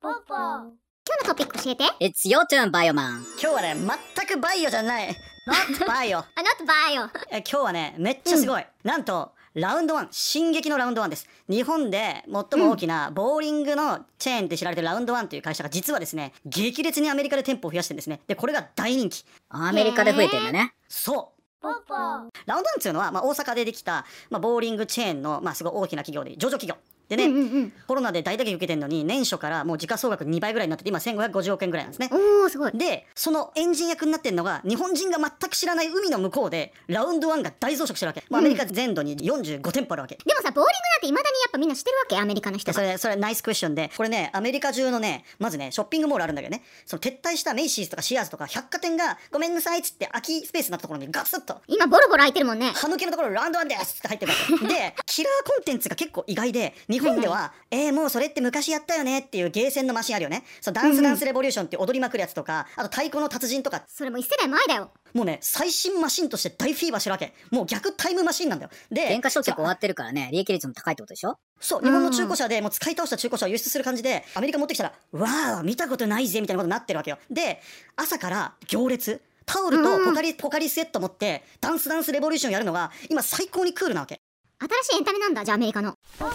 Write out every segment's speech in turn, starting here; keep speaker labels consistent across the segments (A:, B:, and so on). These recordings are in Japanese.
A: ポポ今日のトピック教えて
B: It's your turn, Bioman.
C: 今日はね、全くバイオじゃない。not バイオ。
A: あなたバイオ
C: え今日はね、めっちゃすごい。なんと、ラウンド1、進撃のラウンド1です。日本で最も大きなボーリングのチェーンで知られてるラウンド1という会社が実はですね、激烈にアメリカで店舗を増やしてるんですね。で、これが大人気。
B: アメリカで増えてんだね。
C: そう。
A: ポポ
C: ラウンドワンっていうのは、まあ、大阪でできた、まあ、ボーリングチェーンの、まあ、すごい大きな企業で上場企業でね、
A: うんうんうん
C: コロナで大打撃受けてるのに年初からもう時価総額2倍ぐらいになってて今1550億円ぐらいなんですね。
A: おーすごい
C: でそのエンジン役になってるのが日本人が全く知らない海の向こうでラウンドワンが大増殖してるわけ、まあ、アメリカ全土に45店舗あるわけ、
A: でもさボーリングなんていまだにやっぱみんなしてるわけアメリカの人
C: でそ
A: が
C: れそれナイスクエスチョンでこれねアメリカ中のねまずねショッピングモールあるんだけどねその撤退したメイシーズとかシアーズとか百貨店がごめんなさいっつって空きスペースになったところにガツッと
A: 今ボロボロ空いてるもんね
C: 歯抜けのところラウンドワンですって入ってる わけでキラーコンテンツが結構意外で日本では「えー、もうそれって昔やったよね」っていうゲーセンのマシンあるよねそうダンスダンスレボリューションっていう踊りまくるやつとかあと太鼓の達人とか
A: それも一世代前だよ
C: もうね最新マシンとして大フィーバーしてるわけもう逆タイムマシンなんだよで
B: 原価償却終わってるからね、利益率も高いってことでしょ
C: そう日本の中古車でもう使い倒した中古車を輸出する感じでアメリカ持ってきたら「わあ見たことないぜ」みたいなことになってるわけよで朝から行列タオルとポカリ、ポカリスエット持ってダンスダンスレボリューションやるのが今最高にクールなわけ
A: 新しいエンタメなんだじゃあアメリカの
B: い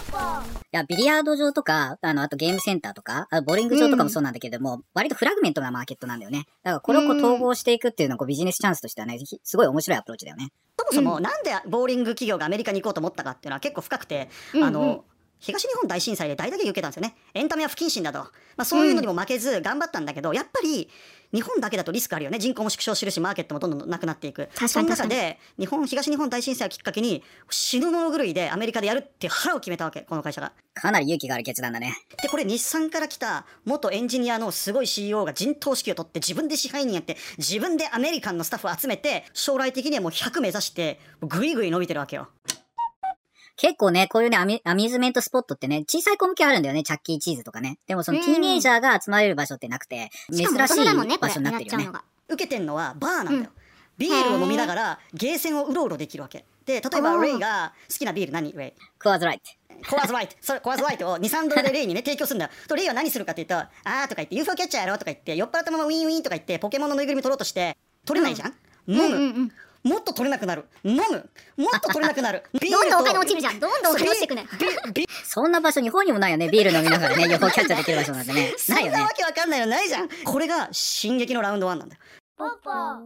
B: や、ビリヤード場とか、あの、あとゲームセンターとか、あとボーリング場とかもそうなんだけども、割とフラグメントなマーケットなんだよね。だからこれをこう統合していくっていうのはこうビジネスチャンスとしてはね、ひすごい面白いアプローチだよね。
C: そもそもなんでボーリング企業がアメリカに行こうと思ったかっていうのは結構深くて、
A: うん
C: あ
A: うん
C: の東日本大震災で大打撃受けたんですよねエンタメは不謹慎だと、まあ、そういうのにも負けず頑張ったんだけど、やっぱり日本だけだとリスクあるよね人口も縮小するしマーケットもどんどんなくなっていく
A: かに
C: その中で日本東日本大震災をきっかけに死ぬ物狂いでアメリカでやるって腹を決めたわけこの会社が
B: かなり勇気がある決断だね。
C: でこれ日産から来た元エンジニアのすごい CEO が陣頭指揮を取って自分で支配人やって自分でアメリカンのスタッフを集めて将来的にはもう100目指してぐいぐい伸びてるわけよ
B: 結構ね、こういうねアミ、アミューズメントスポットってね、小さい子向けあるんだよね、チャッキーチーズとかね。でもその
A: うん
B: ティーネイジャーが集まれる場所ってなくて、
A: し
B: 珍
A: か
B: し
A: も
B: い場
A: 大
B: 所
A: 人だもんねこれ
B: にな
A: や
B: っ
A: って
B: る
A: ちゃ
B: よ
A: う
B: ね
A: の。が
C: 受けてんのはバーなんだよ、ビールを飲みながらゲーセンをうろうろできるわけで例えば
A: あー
C: ウェイが好きなビール何ウェイ
B: クワズライト。
C: コアズライトそれコアズライトを23ドルでレイにね提供するんだよとレイは何するかっていうとあーとか言って UFO キャッチャーやろうとか言って酔っ払ったままウィンウィンとか言ってポケモンのぬいぐるみ取ろうとして取れないじゃん、飲む、
A: うんうん
C: もっと取れなくなる飲むもっと取れなく なるビール
A: どんどんお金
C: と
A: 落ちるじゃんどんどんお金落ちてくね
C: ビ ビビ
B: そんな場所日本にもないよね、ビール飲みながらね、予報キャッチャーできる場所なんてね。
C: そ
B: ない
C: ん
B: よ
C: な
B: ね
C: わ。けわかんないのないじゃんこれが「進撃のラウンドワンなんだよ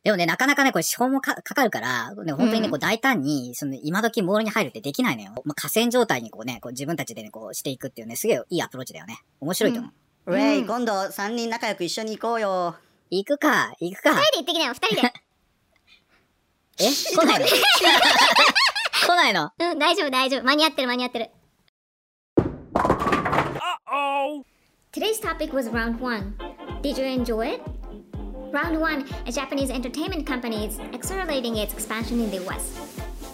B: でもね、なかなかね、これ資本もかかかるから、ね、本当に
A: う
B: ね、
A: ん
B: こう大胆に、その、今時モールに入るってできないのよ。まあ、河川状態にこうね、こう自分たちでね、こうしていくっていうね、すげえいいアプローチだよね。面白いと思う。
C: ウェイ、
A: うん
C: 今度3人仲良く一緒に行こうよ
B: 行くか、行くか。
A: 二人で行ってきなよ二人で
B: え来ないの 来ないの
A: うん大丈夫大丈夫間に合ってる間に合ってる Today's topic was round one. Did you enjoy it? Round one, a Japanese entertainment company is accelerating its expansion in the West.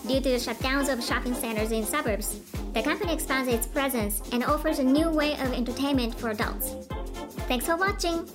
A: Due to the shutdowns of shopping centers in suburbs, the company expands its presence and offers a new way of entertainment for adults. Thanks for watching!